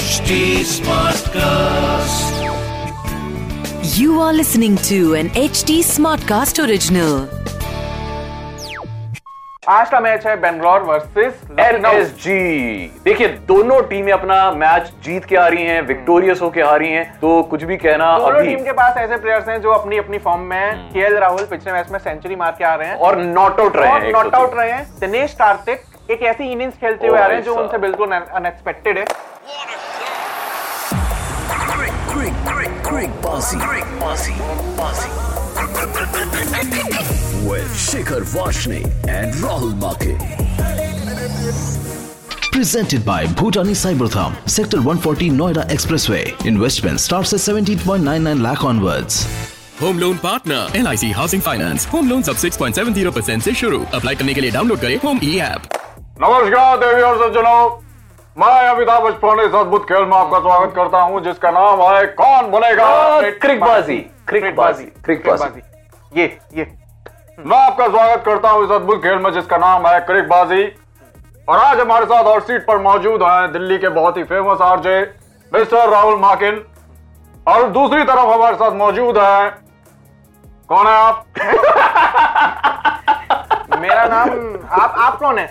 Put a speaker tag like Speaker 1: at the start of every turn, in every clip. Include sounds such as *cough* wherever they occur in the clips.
Speaker 1: HD Smartcast.
Speaker 2: You are listening to an HD Smartcast original.
Speaker 3: आज का match है Bangalore versus Lucknow
Speaker 4: LSG देखिए दोनों टीमें अपना मैच जीत के आ रही हैं विक्टोरियस होके आ रही हैं तो कुछ भी कहना
Speaker 3: दोनों
Speaker 4: अभी हम्म।
Speaker 3: टीम के पास ऐसे प्लेयर्स हैं जो अपनी अपनी फॉर्म में हैं केएल राहुल पिछले मैच में सेंचुरी मार के आ रहे हैं
Speaker 4: और नॉट आउट रहे हैं एक
Speaker 3: नॉट
Speaker 4: तो
Speaker 3: आउट
Speaker 4: दो।
Speaker 3: रहे हैं दिनेश कार्तिक एक ऐसी इनिंग्स खेलते
Speaker 4: ओ
Speaker 3: हुए आ रहे हैं जो
Speaker 4: भाई
Speaker 3: उनसे
Speaker 4: साहब।
Speaker 3: बिल्कुल अनएक्सपेक्टेड है
Speaker 5: Greg, Greg, Greg, Greg Bossy. Greg Bossy. Bossy. With Shikhar Vashne and Rahul Make.
Speaker 6: Presented by Bhutani Cybertham, Sector 140 Noida Expressway. Investment starts at 17.99 lakh onwards.
Speaker 7: Home loan partner L I C housing finance home loan सब 6.70 percent ऐसी शुरू apply करने के लिए download करें E home E app
Speaker 8: नमस्कार देवी और सज्जनों मैं अमिताभ बचपन इस अद्भुत खेल में आपका स्वागत करता हूं जिसका नाम है कौन बनेगा
Speaker 4: क्रिकबाजी क्रिकबाजी क्रिकबाजी
Speaker 3: बाजी ये ये
Speaker 8: मैं आपका स्वागत करता हूं इस अद्भुत खेल में जिसका नाम है क्रिकबाजी और आज हमारे साथ और सीट पर मौजूद हैं दिल्ली के बहुत ही famous RJ mister Rahul Makin और दूसरी तरफ हमारे साथ मौजूद है कौन है आप
Speaker 3: *laughs* मेरा नाम आप आप कौन है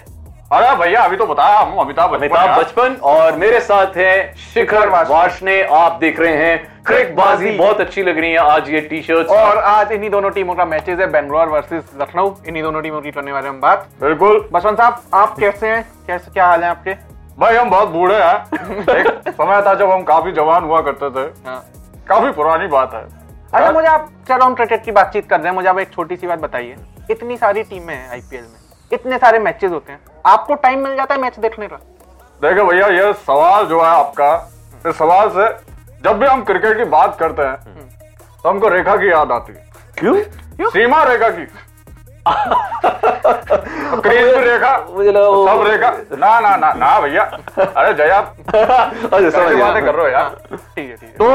Speaker 8: अरे भैया अभी तो बताया हम अमिताभ बच्चन
Speaker 4: अमिताभ
Speaker 8: हैं।
Speaker 4: तो बचपन और मेरे साथ हैं शिखर वाशने आप देख रहे हैं क्रिकबाजी बहुत अच्छी लग रही है आज ये टी शर्ट *laughs*
Speaker 3: और आज इन्हीं दोनों टीमों का मैचेस है बेंगलोर वर्सेस लखनऊ इन्हीं दोनों टीमों की करने वाले हम बात
Speaker 8: बिल्कुल
Speaker 3: बचपन साहब आप कैसे हैं कैसे क्या हाल है आपके
Speaker 8: भाई हम बहुत बूढ़े हैं
Speaker 3: *laughs*
Speaker 8: एक समय था जब हम काफी जवान हुआ करते थे
Speaker 3: हाँ।
Speaker 8: काफी पुरानी बात है
Speaker 3: अच्छा मुझे आप चलो हम क्रिकेट की बातचीत कर रहे हैं मुझे आप एक छोटी सी बात बताइए इतनी सारी टीमें हैं आईपीएल में इतने सारे मैचेस होते हैं आपको टाइम मिल जाता है मैच देखने का
Speaker 8: देखो भैया ये सवाल जो है आपका इस सवाल से जब भी हम क्रिकेट की बात करते हैं तो हमको रेखा की याद आती है
Speaker 4: क्यों
Speaker 8: सीमा रेखा की क्रीज में रेखा
Speaker 4: मुझे लगा वो-
Speaker 8: सब रेखा ना ना ना ना भैया अरे जय आप
Speaker 4: अरे समझ
Speaker 8: ऐसी
Speaker 4: गया।
Speaker 8: बातें कर रहे हो यार
Speaker 3: ठीक है ठीक है *laughs*
Speaker 8: तो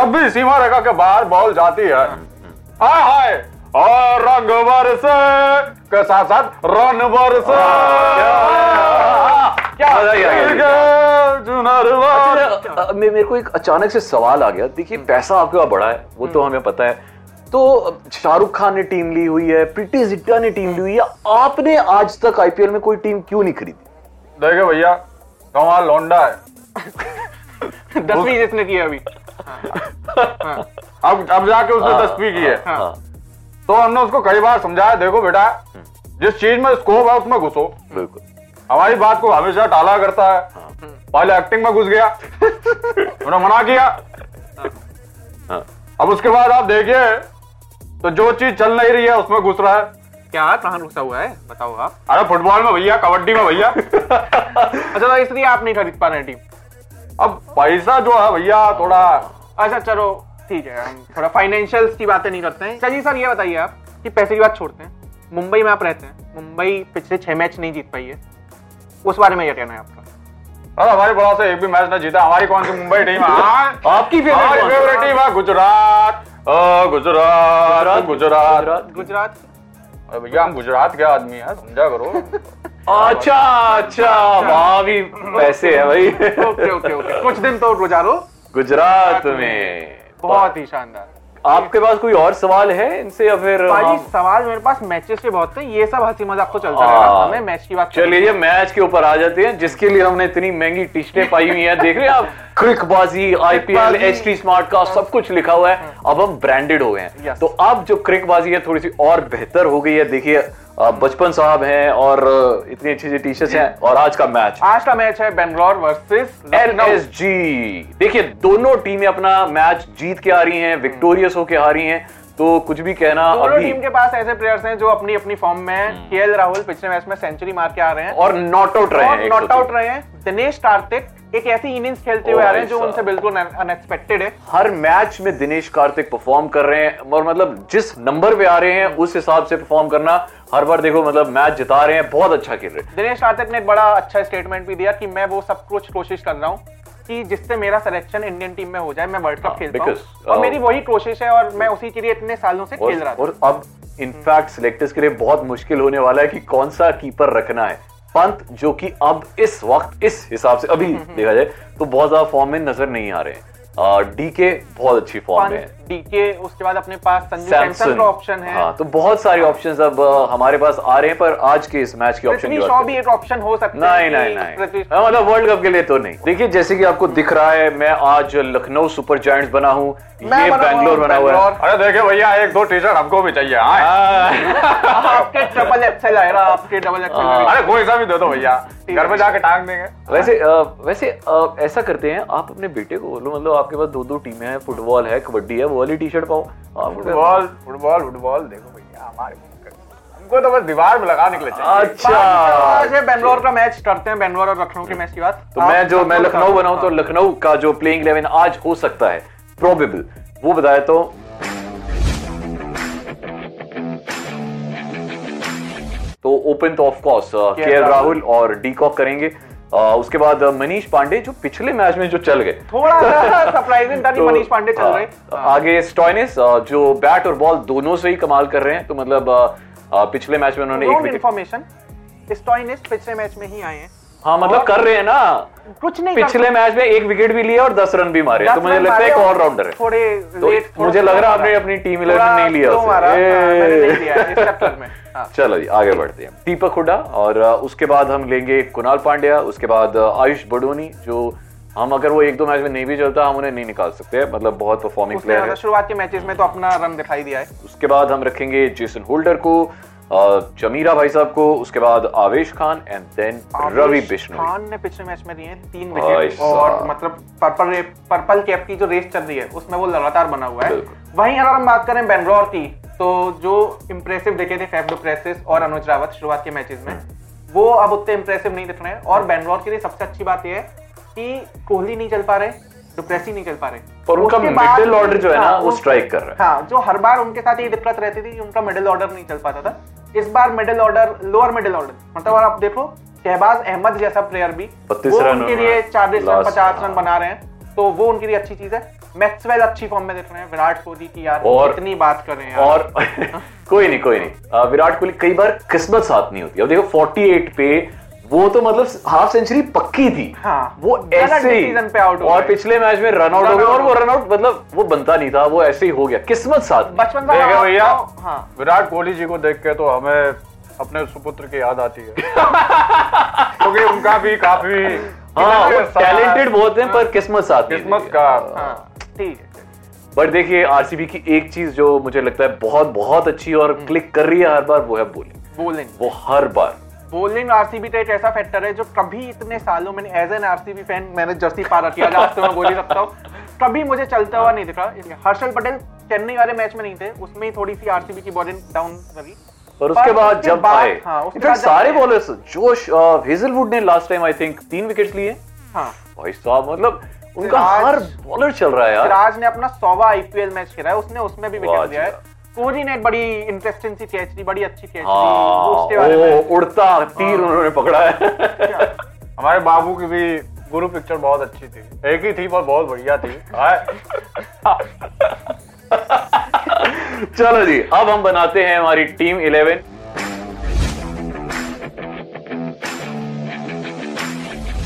Speaker 8: जब भी सीमा रेखा के बाहर बॉल जाती है
Speaker 4: हम्म,
Speaker 8: हाय हाय और रंग बरसे के साथ साथ रन बरसे
Speaker 4: क्या मजा ही आ गया।
Speaker 8: ठीक है, जुनर
Speaker 4: अच्छा,
Speaker 8: बरसे।
Speaker 4: अ- अ- मे- मेरे को एक अचानक से सवाल आ गया देखिए
Speaker 8: हम्म।
Speaker 4: पैसा आपके पास बड़ा है वो तो हमें पता है तो शाहरुख खान ने टीम ली हुई है प्रीति जिंटा ने टीम ली हुई है आपने आज तक आईपीएल में कोई टीम क्यों नहीं खरीदी
Speaker 8: देखो भैया कमाल लौंडा है
Speaker 3: दसवीं जिसने की है अभी
Speaker 8: अब अब जाके उसने तस्वीर की है
Speaker 3: हाँ।
Speaker 8: तो हमने उसको कई बार समझाया देखो बेटा
Speaker 3: हम्म।
Speaker 8: जिस चीज में स्कोप है उसमें घुसो
Speaker 4: बिल्कुल
Speaker 8: हमारी बात को हमेशा टाला करता
Speaker 3: हाँ।
Speaker 8: है पहले एक्टिंग में घुस गया उन्होंने मना किया
Speaker 3: हाँ।
Speaker 8: अब उसके बाद आप देखिए तो जो चीज चल नहीं रही है उसमें घुस रहा है
Speaker 3: क्या कहाँ रुसा हुआ है बताओ आप
Speaker 8: अरे फुटबॉल में भैया कबड्डी में
Speaker 3: *laughs*
Speaker 8: भैया
Speaker 3: अच्छा तो इसलिए आप नहीं खरीद पा रहे टीम
Speaker 8: अब पैसा जो है भैया थोड़ा
Speaker 3: अच्छा चलो ठीक है हम थोड़ा फाइनेंशियल की बातें नहीं करते हैं चलिए सर ये बताइए आप कि पैसे की बात छोड़ते हैं मुंबई में आप रहते हैं मुंबई पिछले छह मैच नहीं जीत पाई है उस बारे में क्या कहना है आपका
Speaker 8: अरे हमारी बड़ा से एक भी मैच ना जीता हमारी कौन सी मुंबई टीम है हाँ?
Speaker 4: आपकी favorite
Speaker 8: हमारी
Speaker 4: कौन सी?
Speaker 8: favorite टीम है गुजरात ओ, गुजरात गुजरात
Speaker 3: गुजरात
Speaker 8: अरे भैया हम गुजरात के आदमी हैं समझा *laughs* करो
Speaker 4: अच्छा अच्छा वहां भी पैसे है भाई
Speaker 8: *laughs*
Speaker 3: ओके ओके ओके कुछ दिन तो गुजारो
Speaker 4: गुजरात में
Speaker 3: बहुत ही शानदार
Speaker 4: आपके पास कोई और सवाल है इनसे या फिर
Speaker 3: तो भाई
Speaker 4: हम-
Speaker 3: सवाल मेरे पास मैचेस के बहुत थे ये सब हंसी मजाक तो चलता
Speaker 4: हाँ।
Speaker 3: रहेगा हमें मैच की बात
Speaker 4: चलिए ये मैच के ऊपर आ जाते हैं जिसके लिए हमने इतनी महंगी टिश्टें पाई हुई हैं देख रहे हैं आप Cricbaazi IPL
Speaker 3: Cricbaazi.
Speaker 4: H T smart का सब कुछ लिखा हुआ है अब हम ब्रांडेड हो गए हैं
Speaker 3: Yes.
Speaker 4: तो अब जो क्रिकबाजी है थोड़ी सी और बेहतर हो गई है देखिए अ, बचपन साहब हैं और अ, इतनी अच्छी अच्छी टी शर्ट्स हैं और आज का मैच
Speaker 3: आज का मैच है Bangalore versus
Speaker 4: L S G देखिए दोनों टीमें अपना मैच जीत के आ रही हैं विक्टोरियस होके आ रही हैं तो कुछ भी कहना
Speaker 3: दोनों
Speaker 4: अभी हम्म।
Speaker 3: टीम के पास ऐसे प्लेयर्स हैं जो अपनी अपनी फॉर्म में हैं केएल राहुल पिछले मैच में सेंचुरी मार के आ रहे हैं
Speaker 4: और नॉट आउट रहे हैं
Speaker 3: और
Speaker 4: एक तो।
Speaker 3: नॉट
Speaker 4: सौ
Speaker 3: आउट
Speaker 4: तीन।
Speaker 3: रहे हैं दिनेश कार्तिक एक ऐसी इनिंग्स खेलते हुए
Speaker 4: ओ
Speaker 3: आ रहे हैं जो
Speaker 4: भाई
Speaker 3: उनसे
Speaker 4: साहब।
Speaker 3: बिल्कुल अनएक्सपेक्टेड है
Speaker 4: हर मैच में दिनेश कार्तिक परफॉर्म कर रहे हैं और मतलब जिस नंबर पे आ रहे हैं उस हिसाब से परफॉर्म करना हर बार देखो मतलब मैच जिता रहे हैं बहुत अच्छा खेल रहे हैं
Speaker 3: दिनेश कार्तिक ने एक बड़ा अच्छा स्टेटमेंट भी दिया कि मैं वो सब कुछ कोशिश कर रहा हूँ कि जिससे मेरा सिलेक्शन इंडियन टीम में हो जाए मैं वर्ल्ड कप
Speaker 4: हाँ,
Speaker 3: खेल पाऊं
Speaker 4: because,
Speaker 3: और
Speaker 4: uh,
Speaker 3: मेरी वही कोशिश है और मैं उसी के लिए इतने सालों से खेल रहा
Speaker 4: और,
Speaker 3: था
Speaker 4: और अब इनफैक्ट सिलेक्टर्स के लिए बहुत मुश्किल होने वाला है कि कौन सा कीपर रखना है पंत जो कि अब इस वक्त इस हिसाब से
Speaker 3: हम्म,
Speaker 4: अभी देखा जाए तो बहुत ज्यादा फॉर्म में नजर नहीं आ रहे हैं डीके बहुत अच्छी फॉर्म में है
Speaker 3: डीके उसके बाद अपने पास संजू सैमसन
Speaker 4: सैमसन
Speaker 3: का ऑप्शन है
Speaker 4: हाँ तो बहुत सारे ऑप्शन अब अ, हमारे पास आ रहे हैं पर आज के इस मैच के ऑप्शन
Speaker 3: पृथ्वी शॉ भी एक ऑप्शन हो सकता है
Speaker 4: नहीं
Speaker 3: कि
Speaker 4: नहीं नहीं
Speaker 3: पृथ्वी-
Speaker 4: हाँ, मतलब वर्ल्ड कप के लिए तो नहीं देखिए जैसे कि आपको दिख रहा है मैं आज लखनऊ सुपर जायंट्स बना हूँ
Speaker 3: मैं
Speaker 4: ये
Speaker 3: बना हुआ हूँ,
Speaker 4: बैंगलोर बना हुआ है
Speaker 8: *laughs* अरे देखे भैया एक दो टी शर्ट हमको भी चाहिए हाँ
Speaker 4: हाँ।
Speaker 3: आपके अच्छा ट्रिपल एक्सेल आएगा आपके अच्छा डबल एक्सेल
Speaker 8: अरे कोई सा भी दे दो *laughs* भैया घर में जाके टांग देंगे
Speaker 4: वैसे अ, वैसे अ, ऐसा करते हैं आप अपने बेटे को बोलो मतलब आपके पास दो दो टीमें हैं फुटबॉल है कबड्डी है वो वाली टी शर्ट पाओ आप-
Speaker 8: फुटबॉल फुटबॉल फुटबॉल देखो भैया हमारे हमको तो बस दीवार में लगा निकले चाहिए
Speaker 4: अच्छा
Speaker 3: बेंगलोर का मैच करते हैं बेंगलोर और लखनऊ के मैच की बात
Speaker 4: तो मैं जो मैं लखनऊ बनाऊं
Speaker 3: हाँ।
Speaker 4: तो लखनऊ का जो प्लेइंग इलेवन आज हो सकता है प्रोबेबल वो बताया तो तो ओपन तो of course K L Rahul और डीकॉक करेंगे अ, उसके बाद अ, मनीष पांडे जो पिछले मैच में जो चल गए
Speaker 3: थोड़ा सा सरप्राइजिंग था
Speaker 4: *laughs*
Speaker 3: कि
Speaker 4: तो,
Speaker 3: मनीष पांडे चल
Speaker 4: हाँ,
Speaker 3: रहे
Speaker 4: आगे स्टॉइनिस अ, जो बैट और बॉल दोनों से ही कमाल कर रहे हैं तो मतलब अ, अ, पिछले मैच में उन्होंने एक
Speaker 3: रोड
Speaker 4: विकेट
Speaker 3: इन्फॉर्मेशन स्टॉइनिस पिछले मैच में ही आए हैं
Speaker 4: हाँ मतलब कर रहे हैं ना
Speaker 3: कुछ नहीं
Speaker 4: पिछले मैच में एक विकेट भी लिया और दस रन भी मारे
Speaker 3: दस
Speaker 4: तो मुझे
Speaker 3: रन
Speaker 4: लगता है
Speaker 3: मारे
Speaker 4: एक
Speaker 3: और
Speaker 4: ऑलराउंडर है
Speaker 3: थोड़े
Speaker 4: तो
Speaker 3: लेट
Speaker 4: मुझे लग रहा है आपने अपनी टीम इलेवन नहीं लिया उसे।
Speaker 3: मारा हाँ, मैंने नहीं लिया है, इस
Speaker 4: ए।
Speaker 3: चक्कर में हाँ।
Speaker 4: चलो जी आगे बढ़ते हैं दीपक हुडा और अ, उसके बाद हम लेंगे कुणाल पांड्या उसके बाद अ, आयुष बडोनी जो हम अगर वो एक दो मैच में नहीं भी चलता हम उन्हें नहीं निकाल सकते मतलब बहुत परफॉर्मिंग
Speaker 3: उसने
Speaker 4: प्लेयर है
Speaker 3: मतलब शुरुआत के मैचेस में तो अपना रन दिखाई दिया है
Speaker 4: उसके बाद हम रखेंगे जेसन होल्डर को अ, जमीरा भाई साहब को उसके बाद आवेश खान एंड देन
Speaker 3: आवेश
Speaker 4: रवि बिश्नोई
Speaker 3: खान ने पिछले मैच में दिए हैं तीन
Speaker 4: भाई
Speaker 3: विकेट
Speaker 4: साहब।
Speaker 3: और मतलब पर्पल रे- पर्पल कैप की जो रेस चल रही है उसमें वो लगातार बना हुआ है
Speaker 4: बिल्कुल।
Speaker 3: वहीं अगर हम बात करें बेंगलोर की तो जो इम्प्रेसिव दिखे थे फैफ डुप्रेसिस और अनुज रावत शुरुआत के मैचेस में
Speaker 4: हम्म।
Speaker 3: वो अब उतने इम्प्रेसिव नहीं दिख रहे हैं और बेंगलोर के लिए सबसे अच्छी बात यह है कि कोहली नहीं चल पा रहे डुप्रेसी नहीं चल पा रहे
Speaker 4: पर उनका
Speaker 3: उसके बाद-
Speaker 4: middle order जो है ना,
Speaker 3: हाँ,
Speaker 4: वो
Speaker 3: उस-
Speaker 4: strike कर रहा है।
Speaker 3: हाँ जो हर बार उनके साथ ये दिक्कत रहती थी कि उनका मिडिल ऑर्डर नहीं चल पाता था इस बार middle order lower middle order मतलब और आप देखो शहबाज अहमद जैसा प्लेयर भी
Speaker 4: 32
Speaker 3: वो
Speaker 4: रन
Speaker 3: उनके
Speaker 4: उन्होंने
Speaker 3: लिए चालीस रन
Speaker 4: last-
Speaker 3: पचास रन
Speaker 4: हाँ।
Speaker 3: बना रहे हैं तो वो उनके लिए अच्छी चीज है मैक्सवेल अच्छी फॉर्म में दिख रहे हैं विराट कोहली की यार
Speaker 4: और-
Speaker 3: इतनी बात कर रहे हैं
Speaker 4: और
Speaker 3: हाँ।
Speaker 4: *laughs* कोई नहीं कोई नहीं अ, विराट कोहली कई बार किस्मत साथ नहीं होती अब देखो 48 पे वो तो मतलब हाफ सेंचुरी पक्की थी
Speaker 3: हाँ।
Speaker 4: वो
Speaker 3: गलत
Speaker 4: ऐसे ही
Speaker 3: decision पे out हो
Speaker 4: और
Speaker 3: गए।
Speaker 4: पिछले मैच में रन आउट हो
Speaker 3: Run
Speaker 4: गया
Speaker 3: out
Speaker 4: और वो
Speaker 3: हो
Speaker 4: रन आउट मतलब वो बनता नहीं था वो ऐसे ही हो गया किस्मत साथ नहीं।
Speaker 3: बचपन का
Speaker 8: देखे
Speaker 3: हाँ,
Speaker 8: भैया
Speaker 3: हाँ
Speaker 8: विराट कोहली जी को देख के तो हमें अपने सुपुत्र की याद आती है
Speaker 4: *laughs*
Speaker 8: क्योंकि उनका भी काफी
Speaker 4: हाँ वो
Speaker 8: किस्मत-
Speaker 4: टैलेंटेड बहुत हैं पर किस्मत साथ नहीं
Speaker 8: किस्मत
Speaker 4: देती।
Speaker 8: का
Speaker 3: हाँ, ठीक है
Speaker 4: बट देखिए आरसीबी की एक चीज जो मुझे लगता है बहुत बहुत अच्छी और
Speaker 3: हम्म।
Speaker 4: क्लिक कर रही है हर बार वो है बोलिंग
Speaker 3: बोलिंग
Speaker 4: वो हर बार
Speaker 3: बोलिंग आरसीबी का तो एक ऐसा फैक्टर है जो कभी इतने सालों में एज एन आरसीबी फैन मैंने जर्सी पा रखी है आज तो मैं बोल ही सकता हूँ कभी मुझे चलता हुआ नहीं दिखा हर्षल पटेल चेन्नई वाले मैच में नहीं थे उसमें ही थोड़ी सी आरसीबी की बॉलिंग डाउन करी
Speaker 4: पर उसके
Speaker 3: पर
Speaker 4: बाद
Speaker 3: उसके
Speaker 4: जब
Speaker 3: बाद-
Speaker 4: आए
Speaker 3: हाँ, उसके
Speaker 4: इनफैक्ट
Speaker 3: बाद जब
Speaker 4: सारे
Speaker 3: आए-
Speaker 4: बॉलर्स जोश हेजलवुड ने लास्ट टाइम आई थिंक तीन विकेट लिए
Speaker 3: हाँ
Speaker 4: भाई साहब मतलब उनका
Speaker 3: सिराज-
Speaker 4: हर बॉलर चल रहा है यार
Speaker 3: सिराज ने अपना सौवा आईपीएल मैच खेला है उसने उसमें भी
Speaker 4: वाह
Speaker 3: विकेट लिया है
Speaker 4: जी
Speaker 3: कोहली ने एक बड़ी इंटरेस्टिंग सी कैच ली बड़ी अच्छी कैच ली
Speaker 4: हाँ,
Speaker 3: उसके बारे में हाँ। अच्छा।
Speaker 4: ओ, उड़ता तीर उन्होंने पकड़ा है *laughs*
Speaker 8: हमारे बाबू की भी गुरु पिक्चर बहुत अच्छी थी एक ही थी पर बहुत बढ़िया थी हाँ, हाय।
Speaker 4: चलो जी अब हम बनाते हैं हमारी टीम इलेवन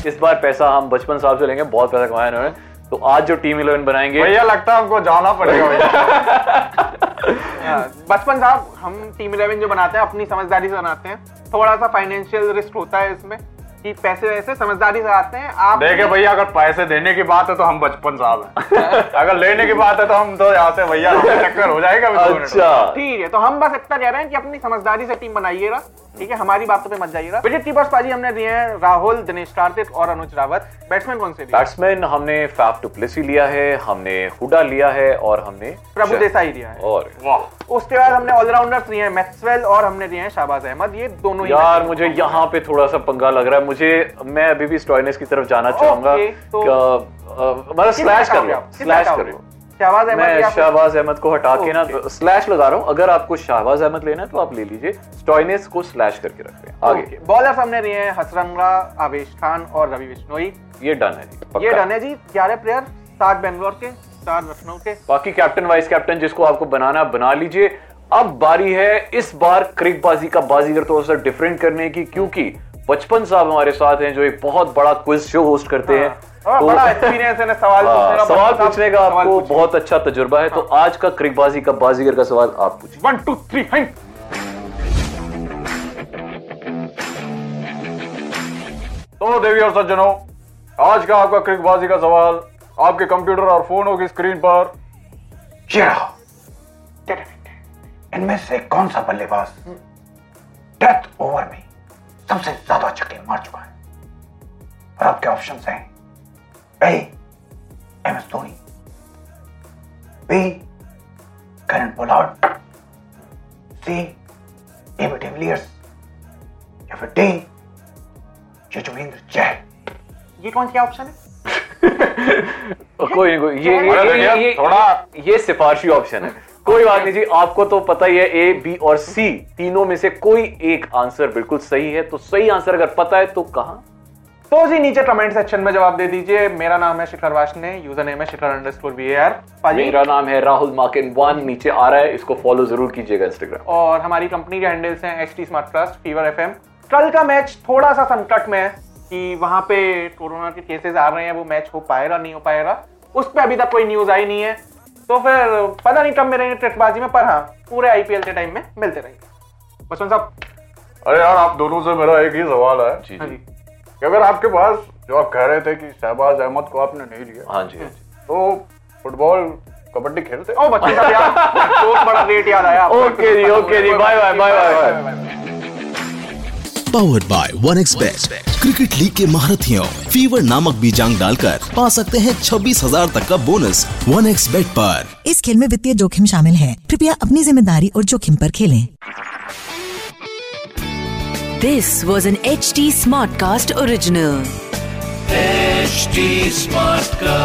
Speaker 4: इस बार पैसा हम बचपन साहब से लेंगे बहुत पैसा कमाया इन्होंने तो आज जो टीम इलेवन बनाएंगे
Speaker 8: भैया लगता है हमको जाना पड़ेगा भैया
Speaker 3: हाँ, बचपन साहब हम टीम इलेवन जो बनाते हैं अपनी समझदारी से बनाते हैं थोड़ा सा फाइनेंशियल रिस्क होता है इसमें कि पैसे वैसे समझदारी से आते हैं आप
Speaker 8: देखे भैया अगर पैसे देने की बात है तो हम बचपन साहब हैं अगर लेने की बात है तो हम तो यहाँ से भैया हमें टक्कर हो जाएगा अभी दो मिनट में।
Speaker 4: अच्छा
Speaker 3: ठीक है तो हम बस इतना कह रहे हैं कि अपनी समझदारी से टीम बनाइएगा ठीक है हमारी बातों पे मत जाइएगा विकेट कीपर्स पाजी हमने दिए हैं राहुल दिनेश कार्तिक और अनुज रावत बैट्समैन कौन से दिए
Speaker 4: बैट्समैन हमने फैफ डुप्लेसी लिया है हमने हुडा लिया है और हमने
Speaker 3: प्रभु देसाई दिया है
Speaker 4: और
Speaker 8: वाह
Speaker 3: उसके बाद हमने ऑलराउंडर्स दिए हैं मैक्सवेल और हमने दिए हैं शाहबाज अहमद ये दोनों ही
Speaker 4: यार
Speaker 3: मैच-
Speaker 4: मुझे यहाँ पे थोड़ा सा पंगा लग रहा है मुझे मैं अभी भी स्टॉइनेस की तरफ जाना चाहूंगा
Speaker 3: तो-
Speaker 4: क्या- अ, मतलब
Speaker 3: किस
Speaker 4: स्लैश
Speaker 3: बैट
Speaker 4: कर
Speaker 3: आओगे
Speaker 4: लो
Speaker 3: आप? किस
Speaker 4: स्लैश
Speaker 3: बैट
Speaker 4: कर
Speaker 3: आओगे?
Speaker 4: लो
Speaker 3: शाहबाज अहमद
Speaker 4: मैं
Speaker 3: या फिर-
Speaker 4: शाहबाज अहमद को हटा के ना
Speaker 3: ओके।
Speaker 4: स्लैश लगा रहा हूँ अगर आपको शाहबाज अहमद लेना है तो आप ले लीजिए स्टॉइनेस को स्लैश करके रख रहे हैं आगे
Speaker 3: बॉलर हमने दिए हैं हसरंगा आवेश खान और रवि बिश्नोई
Speaker 4: ये डन है जी
Speaker 3: ये
Speaker 4: पक्का।
Speaker 3: डन है जी ग्यारह प्लेयर सात बेंगलोर के सात लखनऊ के
Speaker 4: बाकी कैप्टन वाइस कैप्टन जिसको आपको बनाना है, बना लीजिए अब बारी है इस बार क्रिकबाजी का बाजीगर थोड़ा सा डिफरेंट करने की क्योंकि बचपन साहब हमारे साथ हैं जो एक बहुत बड़ा क्विज शो होस्ट करते हैं
Speaker 3: और
Speaker 4: तो-
Speaker 3: हाँ, बड़ा एक्सपीरियंस है ना सवाल
Speaker 4: हाँ,
Speaker 3: पूछने का
Speaker 4: सवाल
Speaker 3: बच्चा
Speaker 4: पूछने का
Speaker 3: सवाल
Speaker 4: आपको
Speaker 3: पूछने
Speaker 4: बहुत अच्छा तजुर्बा है तो आज का क्रिकबाजी का बाजीगर का सवाल आप पूछिए
Speaker 3: वन टू थ्री हिंट
Speaker 8: तो देवी और सज्जनों आज का आपका क्रिकबाजी का सवाल आपके कंप्यूटर और फोनों की स्क्रीन पर ये रहा। इनमें से कौन सा बल्लेबाज डेथ ओवर में सबसे ज्यादा छक्के मार चुका है और आपके ऑप्शंस हैं A M S Dhoni B Kieron Pollard C AB de Villiers या फिर डी यजुवेंद्र चहल
Speaker 3: ये कौन सी ऑप्शन है
Speaker 4: कोई नहीं कोई ये ये-
Speaker 8: अरे
Speaker 4: ये-
Speaker 8: भैया,
Speaker 4: ये-
Speaker 8: थोड़ा-
Speaker 4: ये- ये सिफारशी ऑप्शन है कोई बात नहीं जी आपको तो पता ही है ए बी और सी तीनों में से कोई एक आंसर बिल्कुल सही है तो सही आंसर अगर पता है तो कहा
Speaker 3: तो जी नीचे कमेंट सेक्शन में जवाब दे दीजिए मेरा नाम है शिखर वाशने यूजर नेम है शिखर अंडरस्कोर वी पाजी
Speaker 4: मेरा नाम है राहुल माकिन वन नीचे आ रहा है इसको फॉलो जरूर कीजिएगा इंस्टाग्राम
Speaker 3: और हमारी कंपनी के हैंडल्स हैं H T smart trust fever F कल का मैच थोड़ा सा संकट में है कि वहां पे कोरोना के केसेस आ रहे हैं वो मैच हो पाएगा नहीं हो पाएगा उस पर अभी तक कोई न्यूज आई नहीं है तो फिर पता नहीं कब मेरे ट्रेटबाजी में पर हाँ पूरे आईपीएल के टाइम में मिलते रहेंगे बसवन साहब
Speaker 8: अरे यार आप दोनों से मेरा एक ही सवाल है
Speaker 4: जी
Speaker 3: हाँ
Speaker 4: जी
Speaker 3: जी
Speaker 8: कि अगर आपके पास जो आप कह रहे थे कि शहबाज अहमद को आपने नहीं लिया
Speaker 4: हाँ जी हाँ जी।
Speaker 8: तो फुटबॉल कबड्डी खेलते
Speaker 3: ओ बच्चे साहब यार बहुत बड़ा रेट याद आया आपका।
Speaker 4: Okay ji okay ji bye bye bye bye bye
Speaker 6: powered by one x bet cricket league के महारथियों फीवर नामक बीजांग डालकर पा सकते हैं 26,000 तक का बोनस वन एक्स बेट पर
Speaker 9: इस खेल में वित्तीय जोखिम शामिल है कृपया अपनी जिम्मेदारी और जोखिम पर खेलें
Speaker 2: This was an HT Smartcast original.
Speaker 1: HD Smartcast.